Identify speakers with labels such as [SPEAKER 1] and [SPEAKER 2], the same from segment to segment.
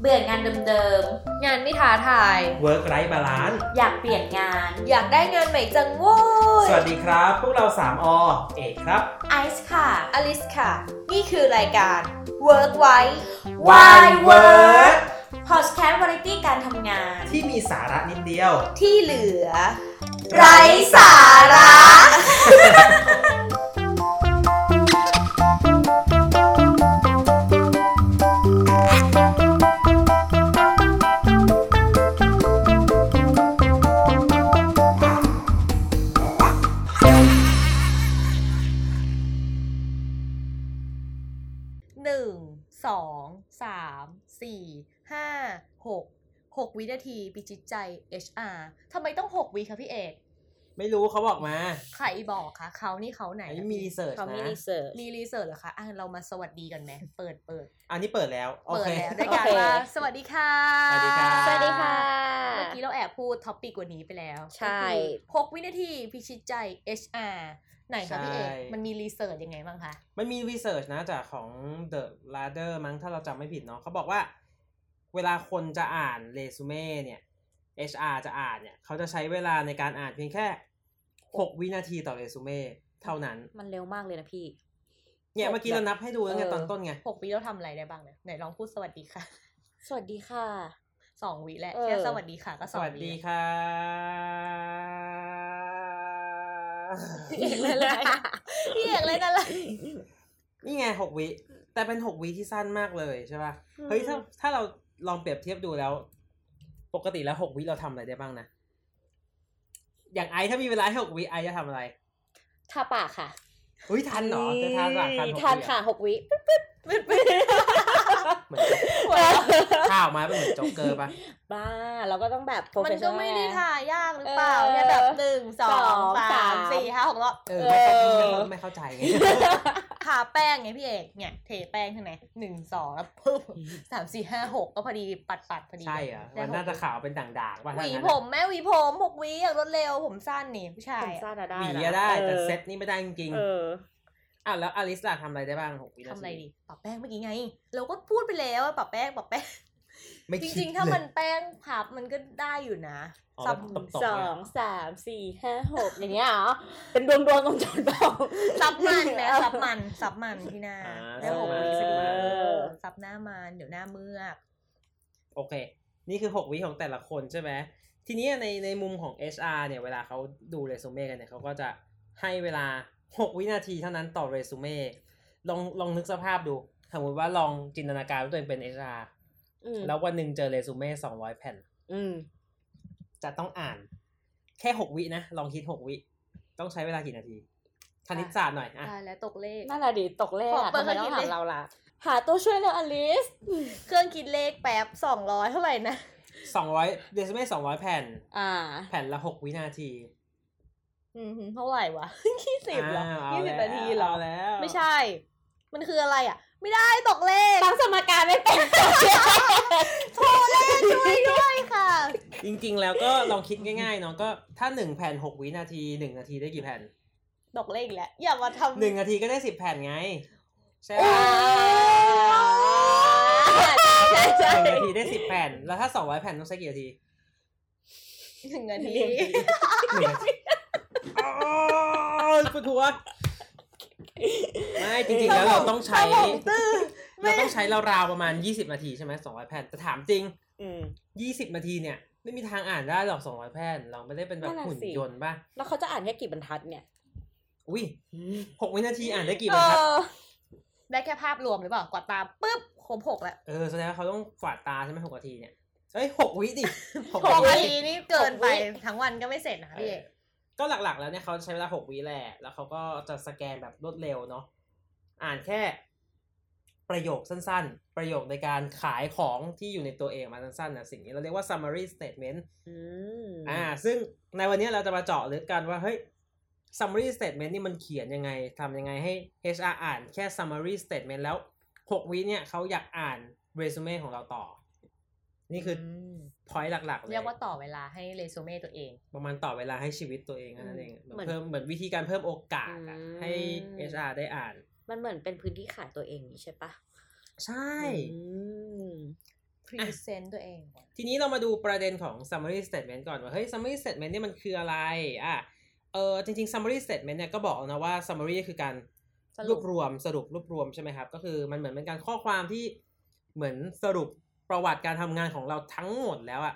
[SPEAKER 1] เบื่องานเดิม
[SPEAKER 2] งานไม่ท้าทาย
[SPEAKER 3] Work Life Balance
[SPEAKER 1] ๆ อยากเปลี่ยนงาน
[SPEAKER 2] อยากได้งานใหม่จังโว้ย
[SPEAKER 3] สวัสดีครับ พวกเรา 3 อ เอกครับ
[SPEAKER 1] ไอซ์ค่ะ
[SPEAKER 2] อลิสค่ะ นี่คือรายการ Work ไว้
[SPEAKER 3] Why Work
[SPEAKER 1] พอดแคสต์วาไรตี้การทำงาน
[SPEAKER 3] ที่มีสาระนิดเดียว
[SPEAKER 2] ที่เหลือ
[SPEAKER 1] ไร้สาระ
[SPEAKER 2] หนึ่งสองสามสี่ห้าหกหกวินาทีปิจิตใจ HR ทำไมต้องหกวิคะพี่เอก
[SPEAKER 3] ไม่รู้เขาบอกมา
[SPEAKER 2] ใครบอกคะเขานี่เขาไหน
[SPEAKER 3] อั
[SPEAKER 2] คะ
[SPEAKER 3] นนี้มีรีเสิร์ช
[SPEAKER 4] เขามี
[SPEAKER 3] นะ
[SPEAKER 4] รีเสิร์ช
[SPEAKER 2] มีรีเสิร์ชเหรอคะอ่ะเรามาสวัสดีกันไหมเปิดเปิด
[SPEAKER 3] อันนี้เปิดแล้ว โอ
[SPEAKER 2] เปิด
[SPEAKER 3] เค
[SPEAKER 2] แล้วด้วยกัน
[SPEAKER 4] โอเค
[SPEAKER 2] ว่าสวัสดีค่ะ
[SPEAKER 3] สวัสดีค่ะ
[SPEAKER 4] สวัสดีค่ะ
[SPEAKER 2] เมื่อกี้เราแอบพูดท็อปปิกวันนี้ไปแล้ว
[SPEAKER 4] ใช่
[SPEAKER 2] ก็คือ6วินาทีพิชิตใจ HR ไหนคะพี่เอก
[SPEAKER 3] ใช่
[SPEAKER 2] มันมีรีเสิร์ชยังไงบ้างคะ
[SPEAKER 3] มันมีรีเสิร์ชนะจากของ The Ladder มั้งถ้าเราจำไม่ผิดเนาะเขาบอกว่า เวลาคนจะอ่านเรซูเม่เนี่ย HR จะอ่านเนี่ย เขาจะใช้เวลาในการอ่านเพียงแค่ 6 วินาทีต่อเรซูเม่เท่านั้น
[SPEAKER 4] มันเร็วมากเลยนะพี่
[SPEAKER 3] เนี่ย
[SPEAKER 4] หก
[SPEAKER 3] เมื่อกี้เรานับให้ดูตั้งแต่
[SPEAKER 4] เออ
[SPEAKER 3] ตอนต้นไง
[SPEAKER 2] 6 วิเราทำอะไรได้บ้างนะไหนลองพูดสวัสดีค่ะ
[SPEAKER 4] สวัสดีค่ะ
[SPEAKER 2] 2 วิแล้ว
[SPEAKER 4] เออ
[SPEAKER 2] แค่สวัสดีค่ะก็
[SPEAKER 3] ส
[SPEAKER 2] สอง
[SPEAKER 3] วัสดี
[SPEAKER 2] แล้ว
[SPEAKER 3] ค่ะ
[SPEAKER 4] อีกแล้ว เลย
[SPEAKER 2] พี่เอกเลยนั่นแหละ
[SPEAKER 3] นี่ไงหกวิแต่เป็นหกวิที่สั้นมากเลยใช่ป่ะ เฮ้ยถ้าถ้าเราลองเปรียบเทียบดูแล้ว ปกติแล้วหกวิเราทำอะไรได้บ้างนะ อย่างไอซ์ถ้ามีเวลาให้หกวิไอซ์จะทำอะไร
[SPEAKER 4] ทาปากค่ะ
[SPEAKER 3] อุ้ยทันเหรอจะทานหลักทั
[SPEAKER 4] ทาน
[SPEAKER 3] นหกวิเหรอ
[SPEAKER 4] ค่ะหกวิปึ๊บปึ๊บปึ๊บปึ๊บ
[SPEAKER 3] เหมือนข้าวมาเป็นเหมือนโจ๊กเกอร์ป่ะ
[SPEAKER 4] บ้า เราก็ต้องแบบ
[SPEAKER 2] มันก็
[SPEAKER 4] professional
[SPEAKER 2] ไม่ได้
[SPEAKER 4] ง
[SPEAKER 2] ถ่ายยากหรือเปล่า
[SPEAKER 4] เออ
[SPEAKER 2] แค่แบบหนึ่งสอ
[SPEAKER 4] ส
[SPEAKER 2] ง
[SPEAKER 4] อง
[SPEAKER 2] สา
[SPEAKER 4] สาม ม
[SPEAKER 2] สี่ห้าหกรอบ
[SPEAKER 3] เออไม่เข้าใจไง
[SPEAKER 2] ทาแป้งไงพี่เอกเนี่ยเทแป้งใช่ไหมหนึ่งสองแล้วปุ๊บสามสี่ห้าหกก็พอดีปัดปัดๆพอดี
[SPEAKER 3] ใช่เหรอ
[SPEAKER 2] ได้
[SPEAKER 3] มันน่า
[SPEAKER 2] หก
[SPEAKER 3] จะขาวเป็นด่างๆป่ะ
[SPEAKER 2] ห
[SPEAKER 3] ถ้า
[SPEAKER 2] วี
[SPEAKER 3] งั้น
[SPEAKER 2] ผ
[SPEAKER 3] อะ
[SPEAKER 2] มแม่หวีผมหกหวีอย่างรวดเร็วผมสั้นนี่ผู้ชาย
[SPEAKER 4] ผม
[SPEAKER 2] อะ
[SPEAKER 4] สั้นอะได้
[SPEAKER 3] หวี
[SPEAKER 4] นะ
[SPEAKER 3] อะได้แต่
[SPEAKER 4] ออ
[SPEAKER 3] เซตนี่ไม่ได้จริง
[SPEAKER 4] เออ
[SPEAKER 3] ๆอ่ะแล้วอลิสล่ะทำอะไรได้บ้างหกวินาที
[SPEAKER 2] ทำอะไรดีปรับแป้งเมื่อกี้ไง เราก็พูดไปแล้วว่าปรับแป้งปรับแป้ง
[SPEAKER 3] ไม่
[SPEAKER 2] จ
[SPEAKER 3] คิด
[SPEAKER 2] ริง ๆ ถ้า
[SPEAKER 3] เลย
[SPEAKER 2] มันแป้งพับมันก็ได้อยู่นะ
[SPEAKER 3] อ๋อ
[SPEAKER 2] สับ
[SPEAKER 3] ตบ
[SPEAKER 4] สองสามสี่ห้าหกอย่างเงี้ยเหรอ เป็นดวงดวงๆตรงจุดเปล่า
[SPEAKER 2] สับมันนะสับมันสับ มันที่หน้า
[SPEAKER 3] อ่า
[SPEAKER 2] แล้วผม
[SPEAKER 4] เออ
[SPEAKER 2] มีสับมันเออสับหน้ามันเดี๋ยวหน้าเมือก
[SPEAKER 3] โอเค นี่คือหกวิของแต่ละคนใช่ไหมทีนี้ในในมุมของ HR เนี่ยเวลาเขาดูเรซูเม่กันเนี่ยเขาก็จะให้เวลาหกวินาทีเท่านั้นต่อเรซูเม่ลองลองนึกสภาพดูสมมติว่าลองจินตนาการว่าตัวเองเป็น HR
[SPEAKER 4] อืม
[SPEAKER 3] แล้ววันหนึ่งเจอเรซูเม่สองร้อยแผ่น
[SPEAKER 4] อืม
[SPEAKER 3] จะต้องอ่าน แค่หกวินะ ลองคิดหกวิ ต้องใช้เวลากี่นาทีคณิตศาสตร์หน่อยอ่ะ
[SPEAKER 2] ตายแล้วตกเลข
[SPEAKER 4] นั่นแหละดิตกเลข
[SPEAKER 2] ขอ
[SPEAKER 4] อะ
[SPEAKER 2] เปิด
[SPEAKER 4] ทำไมต้อง
[SPEAKER 2] เครื่องคิด
[SPEAKER 4] ถาม
[SPEAKER 2] เลข
[SPEAKER 4] เราล่ะ หาตัวช่วยเร็วอลิส
[SPEAKER 2] เครื่องคิดเลขแป๊บสองร้อยเท่าไหร่นะ
[SPEAKER 3] สองร้อยเดซิเมตสองร้อยแผ่น
[SPEAKER 4] อ่า
[SPEAKER 3] แผ่นละหกวินาที
[SPEAKER 2] อืมเท่าไหร่วะ ยี่สิบเหรอ
[SPEAKER 3] าว
[SPEAKER 2] ยี่สิบนาทีเหรอ
[SPEAKER 3] เาแล้ว
[SPEAKER 2] ไม่ใช่ มันคืออะไรอ่ะ ไม่ได้ตกเลข
[SPEAKER 4] ตั้งสมการไม่เป็น
[SPEAKER 2] ช่วยด้วยค่ะ
[SPEAKER 3] จริง ๆ แล้วก็ลองคิดง่ายๆเนาะก็ถ้าหนึ่งแผ่นหกวินาทีหนึ่งนาทีได้กี่แผ่น
[SPEAKER 2] ดอกเลขอีกแล้ว อย่ามาทำ
[SPEAKER 3] หนึ่งนาทีก็ได้สิบแผ่นไง ใช่ไหม
[SPEAKER 2] โอ้ย
[SPEAKER 4] ใช่ใช่
[SPEAKER 3] หนึ่งนาทีได้สิบแผ่น แล้วถ้าสองร้อยแผ่นต้องใช้กี่นาที
[SPEAKER 2] หนึ่งนาที
[SPEAKER 3] หนึ่งนาทีอ๋อปวดหัวไม่จริงๆแล้วเราต้องใช้ เราต้องใช้ราวๆประมาณ 20 นาทีใช่ไหม200 แผ่น แต่ถามจริง
[SPEAKER 4] อืม
[SPEAKER 3] 20 นาทีเนี่ย ไม่มีทางอ่านได้หรอก 200 แผ่น เราไม่ได้เป็นแบ
[SPEAKER 4] นั่
[SPEAKER 3] บ
[SPEAKER 4] นน่ะ
[SPEAKER 3] หุ่น
[SPEAKER 4] สิ
[SPEAKER 3] ยนต์ป่ะ
[SPEAKER 4] แล้วเขาจะอ่านแค่กี่บรรทัดเนี่ย
[SPEAKER 3] อุ้ย6วินาทีอ่านได้กี่บ
[SPEAKER 4] เอ
[SPEAKER 3] รรทัด
[SPEAKER 4] อ
[SPEAKER 2] ได้แค่ภาพรวมหรือเปล่ากวาดตาปุ๊บครบหกแล้ว
[SPEAKER 3] เออ แสดงว่าเขาต้องฝาดตาใช่ไหม6นาทีเนี่ย เอ้ย 6 วิดิ หก
[SPEAKER 2] หก
[SPEAKER 3] วิ
[SPEAKER 2] นาทีนี่เกินไปทั้งวันก็ไม่เสร็จนะคะ
[SPEAKER 3] เอ
[SPEAKER 2] พี่
[SPEAKER 3] อก็หลักๆแล้วเนี่ยเขาใช้เวลา 6 วิแหละ แล้วเขาก็จะสแกนแบบรวดเร็วเนาะ อ่านแค่ ประโยคสั้นๆ ประโยคในการขายของที่อยู่ในตัวเองมาสั้นๆนะสิ่งนี้เราเรียกว่า summary statement
[SPEAKER 4] อืม
[SPEAKER 3] อ่าซึ่งในวันนี้เราจะมาเจาะลึกกันว่า เฮ้ย summary statement นี่มันเขียนยังไงทำยังไงให้ HR อ่านแค่ summary statement แล้ว 6 วิเนี่ยเขาอยากอ่าน resume ของเราต่อ นี่คือ
[SPEAKER 2] ม
[SPEAKER 3] พอยต์หลักๆเล
[SPEAKER 2] เรีย
[SPEAKER 3] ย
[SPEAKER 2] กว่าต่อเวลาให้เรซูเม่ตัวเอง
[SPEAKER 3] ประมาณต่อเวลาให้ชีวิตตัวเองนั่นเอง
[SPEAKER 4] เหมือน
[SPEAKER 3] เพิ่มเหมือนวิธีการเพิ่มโอกาสอะ
[SPEAKER 4] อืม
[SPEAKER 3] ให้ HR ได้อ่าน
[SPEAKER 4] มันเหมือนเป็นพื้นที่ขายตัวเองนี่ใช่ปะ
[SPEAKER 3] ใช่
[SPEAKER 4] อืม
[SPEAKER 2] พรีเซนต์ตัวเองก่อน
[SPEAKER 3] ทีนี้เรามาดูประเด็นของ summary statement ก่อนว่า เฮ้ย summary statement เนี่ยมันคืออะไร อ่ะ เออจริง ๆ summary statement เนี่ยก็บอกแล้วนะว่า summary คือการ
[SPEAKER 2] สรุ
[SPEAKER 3] ร
[SPEAKER 2] ป
[SPEAKER 3] วบรวมสรุปรวบรวมใช่ไหมครับ ก็คือมันเหมือนเป็นการข้อความที่เหมือนสรุปประวัติการทำงานของเราทั้งหมดแล้วอะ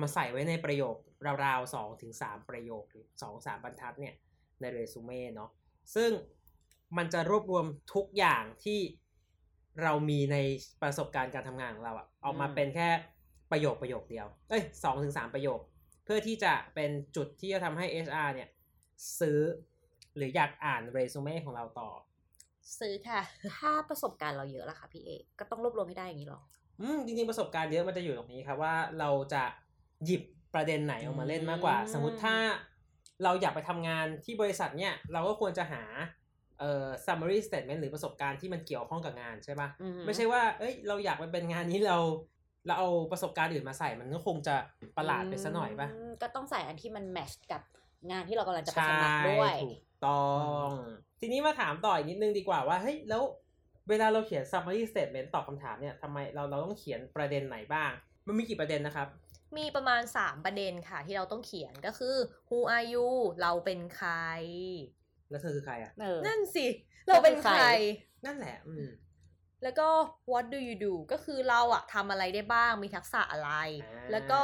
[SPEAKER 3] มาใส่ไว้ในประโยคราวๆสองถึงสามประโยคหรือสองสามบรรทัดเนี่ยในเรซูเม่เนาะ ซึ่งมันจะรวบรวมทุกอย่างที่เรามีในประสบการณ์การทำงานของเราอะออกมา
[SPEAKER 4] อืม
[SPEAKER 3] เป็นแค่ประโยคประโยคเดียว เอ้ยสองถึงสามประโยค เพื่อที่จะเป็นจุดที่จะทำให้ HR เนี่ย ซื้อหรืออยากอ่านเรซูเม่ของเราต่อ
[SPEAKER 2] ซื้อค่ะ
[SPEAKER 4] ถ้าประสบการณ์เราเยอะล่ะค่ะพี่เอกก็ต้องรวบรวมให้ได้อย่างนี้หรอ
[SPEAKER 3] อืมจริงๆประสบการณ์เยอะมันจะอยู่ตรงนี้ครับว่าเราจะหยิบประเด็นไหนออกมาเล่นมากกว่า
[SPEAKER 4] อืม
[SPEAKER 3] สมมติถ้าเราอยากไปทำงานที่บริษัทเนี่ย เราก็ควรจะหาเอ่อ summary statement หรือประสบการณ์ที่มันเกี่ยวข้องกับงานใช่ปะ
[SPEAKER 4] อื
[SPEAKER 3] ไม่ใช่ว่า เอ้ย เราอยากไปเป็นงานนี้เรา เราเอาประสบการณ์อื่นมาใส่มันก็คงจะประหลาดไปซะหน่อยปะ
[SPEAKER 4] มก็ต้องใส่อันที่มันแมชกับงานที่เรากำลังจะไป
[SPEAKER 3] ใช่
[SPEAKER 4] สมัครด้วย
[SPEAKER 3] ถูกต้อง ทีนี้มาถามต่ออีกนิดนึงดีกว่าว่า เฮ้ย แล้วเวลาเราเขียน summary statement ตอบคำถามเนี่ยทำไมเราเราต้องเขียนประเด็นไหนบ้าง มันมีกี่ประเด็นนะครับ
[SPEAKER 2] มีประมาณ 3 ประเด็นค่ะ ที่เราต้องเขียนก็คือ who are you เราเป็นใคร
[SPEAKER 3] แล้วเธอคือใครอ่ะ
[SPEAKER 4] เออ
[SPEAKER 2] นั่นสิ เราเป็นใคร
[SPEAKER 4] เราเป็นใคร
[SPEAKER 3] นั่นแหละ อืม
[SPEAKER 2] แล้วก็ what do you do ก็คือเราอะทำอะไรได้บ้าง มีทักษะอะไร
[SPEAKER 3] า
[SPEAKER 2] แล้วก็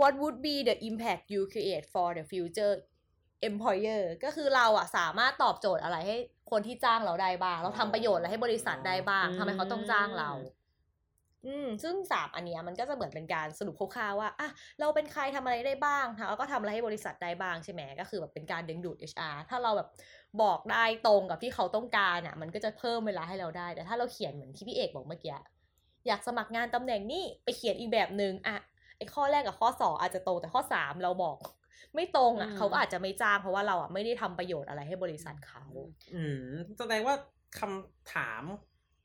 [SPEAKER 2] what would be the impact you create for the future employer ก็คือเราอะสามารถตอบโจทย์อะไรให้คนที่จ้างเราได้บ้าง เราทำประโยชน์อะไรให้บริษัทได้บ้าง
[SPEAKER 4] อืม
[SPEAKER 2] ทำไมเขาต้องจ้างเรา อืม ซึ่งสามอันเนี้ยมันก็จะเหมือนเป็นการสรุปคร่าวๆว่าอ่ะเราเป็นใครทำอะไรได้บ้างแล้วก็ทำอะไรให้บริษัทได้บ้างใช่ไหมก็คือแบบเป็นการดึงดูด HR ถ้าเราแบบบอกได้ตรงกับที่เขาต้องการอ่ะ มันก็จะเพิ่มเวลาให้เราได้ แต่ถ้าเราเขียนเหมือนที่พี่เอกบอกเมื่อกี้อยากสมัครงานตำแหน่งนี้ไปเขียนอีกแบบหนึ่งอ่ะไอข้อแรกกับข้อสองอาจจะตรงแต่ข้อสามเราบอก ไม่ตรงอ่ะ
[SPEAKER 4] อืม
[SPEAKER 2] เขาก็อาจจะไม่จ้างเพราะว่าเราอ่ะไม่ได้ทำประโยชน์อะไรให้บริษัทเขา
[SPEAKER 3] อืมแสดงว่าคำถาม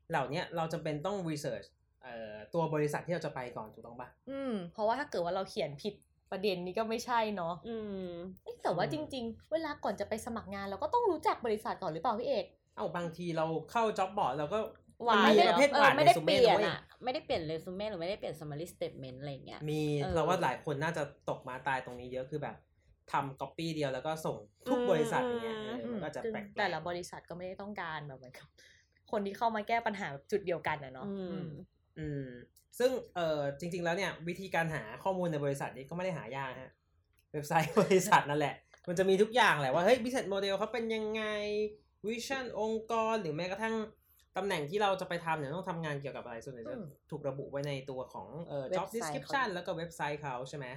[SPEAKER 3] เหล่าเนี้ยเราจำเป็นต้อง research เอ่อตัวบริษัทที่เราจะไปก่อนถูกต้องปะ
[SPEAKER 2] อืม เพราะว่าถ้าเกิดว่าเราเขียนผิดประเด็นนี้ก็ไม่ใช่เนาะ
[SPEAKER 4] อืม
[SPEAKER 2] เอ๊ะแต่ว่า
[SPEAKER 3] อืม
[SPEAKER 2] จริง ๆ เวลาก่อนจะไปสมัครงานเราก็ต้องรู้จักบริษัทก่อนหรือเปล่าพี่เอก
[SPEAKER 3] เอ้าบางทีเราเข้า job board เราก็
[SPEAKER 2] หวาน
[SPEAKER 3] มัน
[SPEAKER 2] เล
[SPEAKER 3] มี
[SPEAKER 2] ยเหรอ
[SPEAKER 3] ประเภทหวาน
[SPEAKER 4] ไม่ได้
[SPEAKER 3] ซู
[SPEAKER 4] เป
[SPEAKER 3] เม่
[SPEAKER 4] ลี่ยน
[SPEAKER 3] ว้
[SPEAKER 4] อะไม่ได้เปลี่ยนเรซูเม่หรือไม่ได้เปลี่ยน summary statement อะไรอย่างเงี้ย
[SPEAKER 3] มี
[SPEAKER 4] เออ
[SPEAKER 3] เราว่าหลายคนน่าจะตกมาตายตรงนี้เยอะคือแบบทำ copy เดียวแล้วก็ส่งทุก
[SPEAKER 4] อืม
[SPEAKER 3] บริษัทอย่างเงี้ย
[SPEAKER 4] อืม
[SPEAKER 3] เออมันก็จะ
[SPEAKER 2] ซึ่ง
[SPEAKER 3] แปลกๆ
[SPEAKER 2] แต่ละบริษัทก็ไม่ได้ต้องการแบบเหมือนกับคนที่เข้ามาแก้ปัญหาแบบจุดเดียวกันนะเนาะ
[SPEAKER 4] อื
[SPEAKER 2] อื
[SPEAKER 4] ม
[SPEAKER 2] ม
[SPEAKER 3] อืมซึ่งเออจริง ๆ แล้วเนี่ย วิธีการหาข้อมูลในบริษัทนี้ก็ไม่ได้หายากฮะเว็บไซต์ บริษัทนั่นแหละ มันจะมีทุกอย่างแหละว่าเฮ้ย business model เขาเป็นยังไงวิชั่นองค์กร หรือแม้กระทั่งตำแหน่งที่เราจะไปทำเนี่ยต้องทำงานเกี่ยวกับอะไรส่วนใหญ่จะถูกระบุไว้ในตัวของเอ่อ job
[SPEAKER 4] เว็บไซต์เขา
[SPEAKER 3] description แล้วก็เว็บไซต์เขาใช่ไหม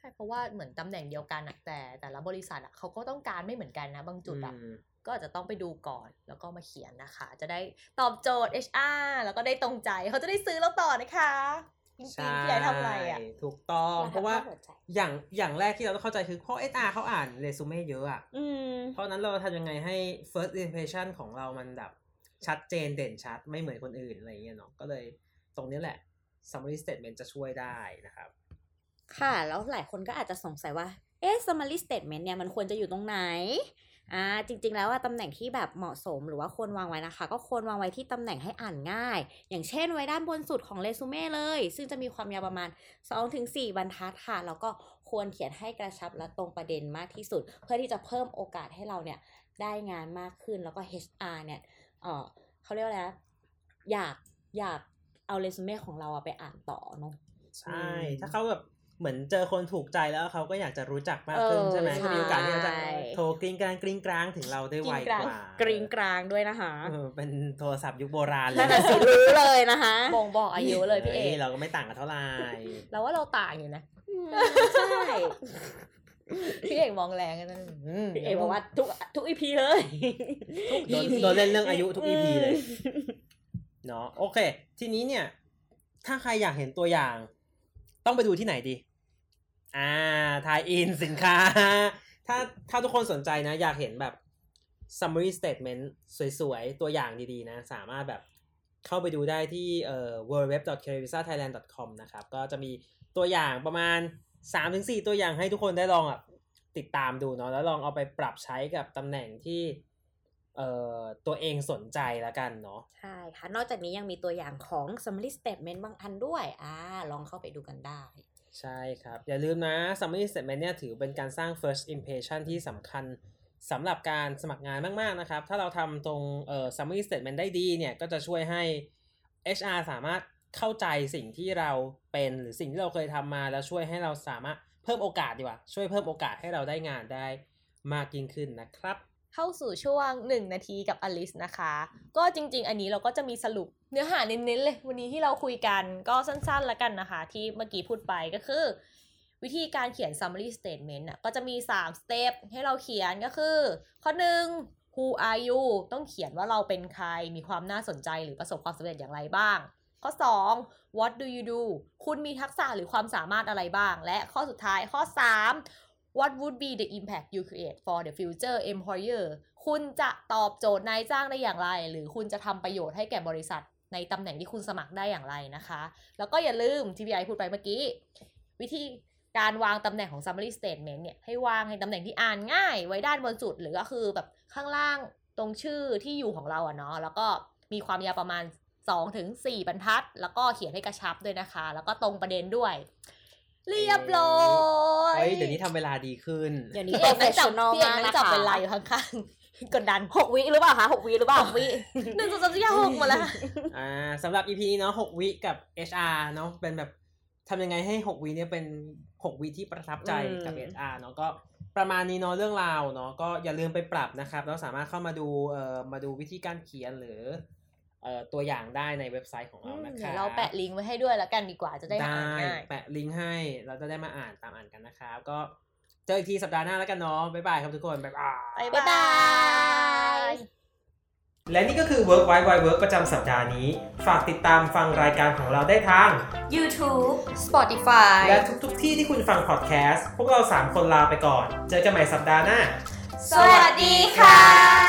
[SPEAKER 2] ใช่เพราะว่าเหมือนตำแหน่งเดียวกันอะแต่แต่ละบริษัทอะเขาก็ต้องการไม่เหมือนกันนะบางจุดอะ
[SPEAKER 3] อืม
[SPEAKER 2] ก็อาจจะต้องไปดูก่อนแล้วก็มาเขียนนะคะ จะได้ตอบโจทย์ HR แล้วก็ได้ตรงใจเขาจะได้ซื้อเราต่อนะคะจริงๆพี่ใหญ่ทำอะไรอะ
[SPEAKER 3] ใช่ถูกต้อง เพราะว่า
[SPEAKER 4] หัวใจ
[SPEAKER 3] อย่างอย่างแรกที่เราต้องเข้าใจคือเพราะ HR เขาอ่านเรซูเม่เยอะอะ
[SPEAKER 4] อืม
[SPEAKER 3] เพราะฉะนั้นเราทำยังไงให้ first impression ของเรามันแบบชัดเจนเด่นชัดไม่เหมือนคนอื่นอะไรอย่างเงี้ยเนาะก็เลยตรงนี้แหละ summary statement จะช่วยได้นะครับ
[SPEAKER 4] ค่ะ แล้วหลายคนก็อาจจะสงสัยว่า เอ๊ะ summary statement เนี่ยมันควรจะอยู่ตรงไหน อ่า จริง ๆ แล้วว่าตำแหน่งที่แบบเหมาะสมหรือว่าควรวางไว้นะคะ ก็ควรวางไว้ที่ตำแหน่งให้อ่านง่าย อย่างเช่นไว้ด้านบนสุดของเรซูเม่เลย ซึ่งจะมีความยาวประมาณ 2-4 บรรทัดค่ะ แล้วก็ควรเขียนให้กระชับและตรงประเด็นมากที่สุด เพื่อที่จะเพิ่มโอกาสให้เราเนี่ยได้งานมากขึ้น แล้วก็ HR เนี่ย เอ่อเขาเรียกว่าอะไรนะอยาก อยากเอาเรซูเม่ของเราอะไปอ่านต่อเนาะ
[SPEAKER 3] ใช่ ถ้าเขาแบบเหมือนเจอคนถูกใจแล้วเขาก็อยากจะรู้จักมากขึ้น
[SPEAKER 4] เออ
[SPEAKER 3] ใช่ไหม
[SPEAKER 4] ใช่
[SPEAKER 3] ก็มีโอกาสที่เขาจะโทรกริ้งกลางกริ้งกลางถึงเราได้ไวกว่า
[SPEAKER 4] ริ๊งกริงกลางด้วยนะคะ
[SPEAKER 3] เออเป็นโทรศัพท์ยุคโบราณเล
[SPEAKER 4] นั่
[SPEAKER 3] ย
[SPEAKER 4] นน่ะสิรู้เลยนะคะ
[SPEAKER 2] บ่งบอกอายุเลยพี่เอก
[SPEAKER 3] ฮ้เราก็ไม่ต่างกันเท่าไหร่
[SPEAKER 2] เราว่าเราต่างอยู่นะ
[SPEAKER 4] ใช่
[SPEAKER 2] พี่เอกมองแรงกันนะ
[SPEAKER 4] พี่เอบอกว่าทุกทุกอีพีเลย
[SPEAKER 3] โดนโดนเล่นเรื่องอายุทุก EP เลย เนาะโอเค ทีนี้เนี่ย ถ้าใครอยากเห็นตัวอย่าง ต้องไปดูที่ไหนดี อ่าทายอินสินค้า ถ้าถ้าทุกคนสนใจนะ อยากเห็นแบบ summary statement สวยๆ ตัวอย่างดีๆนะ สามารถแบบ เข้าไปดูได้ที่เอ่อ www.carevisa thailand.com นะครับ ก็จะมีตัวอย่างประมาณ 3-4 ตัวอย่างให้ทุกคนได้ลองอ่ะติดตามดูเนาะแล้วลองเอาไปปรับใช้กับตำแหน่งที่เอ่อตัวเองสนใจละกันเนาะ
[SPEAKER 4] ใช่ค่ะ นอกจากนี้ยังมีตัวอย่างของ summary statement บางอันด้วย อ่า ลองเข้าไปดูกันได้
[SPEAKER 3] ใช่ครับ อย่าลืมนะ summary statement เนี่ยถือเป็นการสร้าง first impression ที่สำคัญสำหรับการสมัครงานมาก ๆ นะครับ ถ้าเราทำตรงเอ่อ summary statement ได้ดีเนี่ย ก็จะช่วยให้ HR สามารถเข้าใจสิ่งที่เราเป็นหรือสิ่งที่เราเคยทำมาแล้วช่วยให้เราสามารถเพิ่มโอกาสดีกว่า ช่วยเพิ่มโอกาสให้เราได้งานได้มากยิ่งขึ้นนะครับ
[SPEAKER 2] เข้าสู่ช่วง 1 นาทีกับอลิสนะคะ ก็จริง ๆ อันนี้เราก็จะมีสรุปเนื้อหาเน้นๆเลย วันนี้ที่เราคุยกันก็สั้นๆละกันนะคะ ที่เมื่อกี้พูดไปก็คือ วิธีการเขียน summary statement น่ะก็จะมี 3 step ให้เราเขียนก็คือ ข้อ 1 who are you ต้องเขียนว่าเราเป็นใครมีความน่าสนใจหรือประสบความสำเร็จอย่างไรบ้าง ข้อ 2 what do you do คุณมีทักษะหรือความสามารถอะไรบ้าง และข้อสุดท้ายข้อ 3 What would be the impact you create for the future employer คุณจะตอบโจทย์นายจ้างได้อย่างไร หรือคุณจะทำประโยชน์ให้แก่บริษัทในตำแหน่งที่คุณสมัครได้อย่างไรนะคะ แล้วก็อย่าลืมที่พี่ไอพูดไปเมื่อกี้ วิธีการวางตำแหน่งของ summary statement เนี่ยให้วางในตำแหน่งที่อ่านง่าย ไว้ด้านบนสุด หรือก็คือแบบข้างล่างตรงชื่อที่อยู่ของเราอะเนาะแล้วก็มีความยาวประมาณ 2-4ถึงบรรทัด แล้วก็เขียนให้กระชับด้วยนะคะ แล้วก็ตรงประเด็นด้วย เรียบร้อย
[SPEAKER 3] เฮ้ย เดี๋ยวนี้ทำเวลาดีขึ้น
[SPEAKER 4] เดี๋ยวนี้
[SPEAKER 2] พี่เอกนั่งจับ
[SPEAKER 4] professional
[SPEAKER 2] พี่เอก
[SPEAKER 4] มาก
[SPEAKER 2] นั่
[SPEAKER 4] นะ
[SPEAKER 2] งจับ
[SPEAKER 4] คะ
[SPEAKER 2] เป็นลายอยู่ข้างๆ กดดัน
[SPEAKER 4] หกวิหรือเปล่าคะหกวิหรือเปล่า
[SPEAKER 2] วิหนึ่งสองสามสี่ห้าหกหมดแล้ว
[SPEAKER 3] อ่าสำหรับ EP นี้เนาะ6วิกับ HR เนาะเป็นแบบทำยังไงให้ 6วิเนี่ยเป็น 6วิที่ประทับใจกับ
[SPEAKER 4] อืม
[SPEAKER 3] HR เนาะก็ประมาณนี้เนาะเรื่องราวเนาะก็อย่าลืมไปปรับนะครับ แล้วสามารถเข้ามาดูเอ่อมาดูวิธีการเขียนหรือเอ่อตัวอย่างได้ในเว็บไซต์ของเรานะค
[SPEAKER 2] เดี๋
[SPEAKER 3] รั
[SPEAKER 2] ยว
[SPEAKER 3] บ
[SPEAKER 2] เราแปะลิงก์ไว้ให้ด้วยแล้วกันดีกว่าจะได้อ่านง่าย
[SPEAKER 3] แปะลิงก์ให้เราจะได้มาอ่านตามอ่านกันนะครับ ก็เจออีกทีสัปดาห์หน้าแล้วกันเนาะบ๊ายบายครับทุกคนบ๊ายบาย
[SPEAKER 2] บ๊าย
[SPEAKER 4] บ๊าย
[SPEAKER 2] บา
[SPEAKER 4] บาย ย
[SPEAKER 3] และนี่ก็คือ Work w i d e Wide Work ประจำสัปดาห์นี้ ฝากติดตามฟังรายการของเราได้ทาง
[SPEAKER 1] YouTube
[SPEAKER 2] Spotify
[SPEAKER 3] และทุกๆทที่ที่คุณฟังพอดแคสต์ พวกเรา 3 คนลาไปก่อน เจอกันใหม่สัปดาห์หน้า
[SPEAKER 1] สวัสดีค่ะ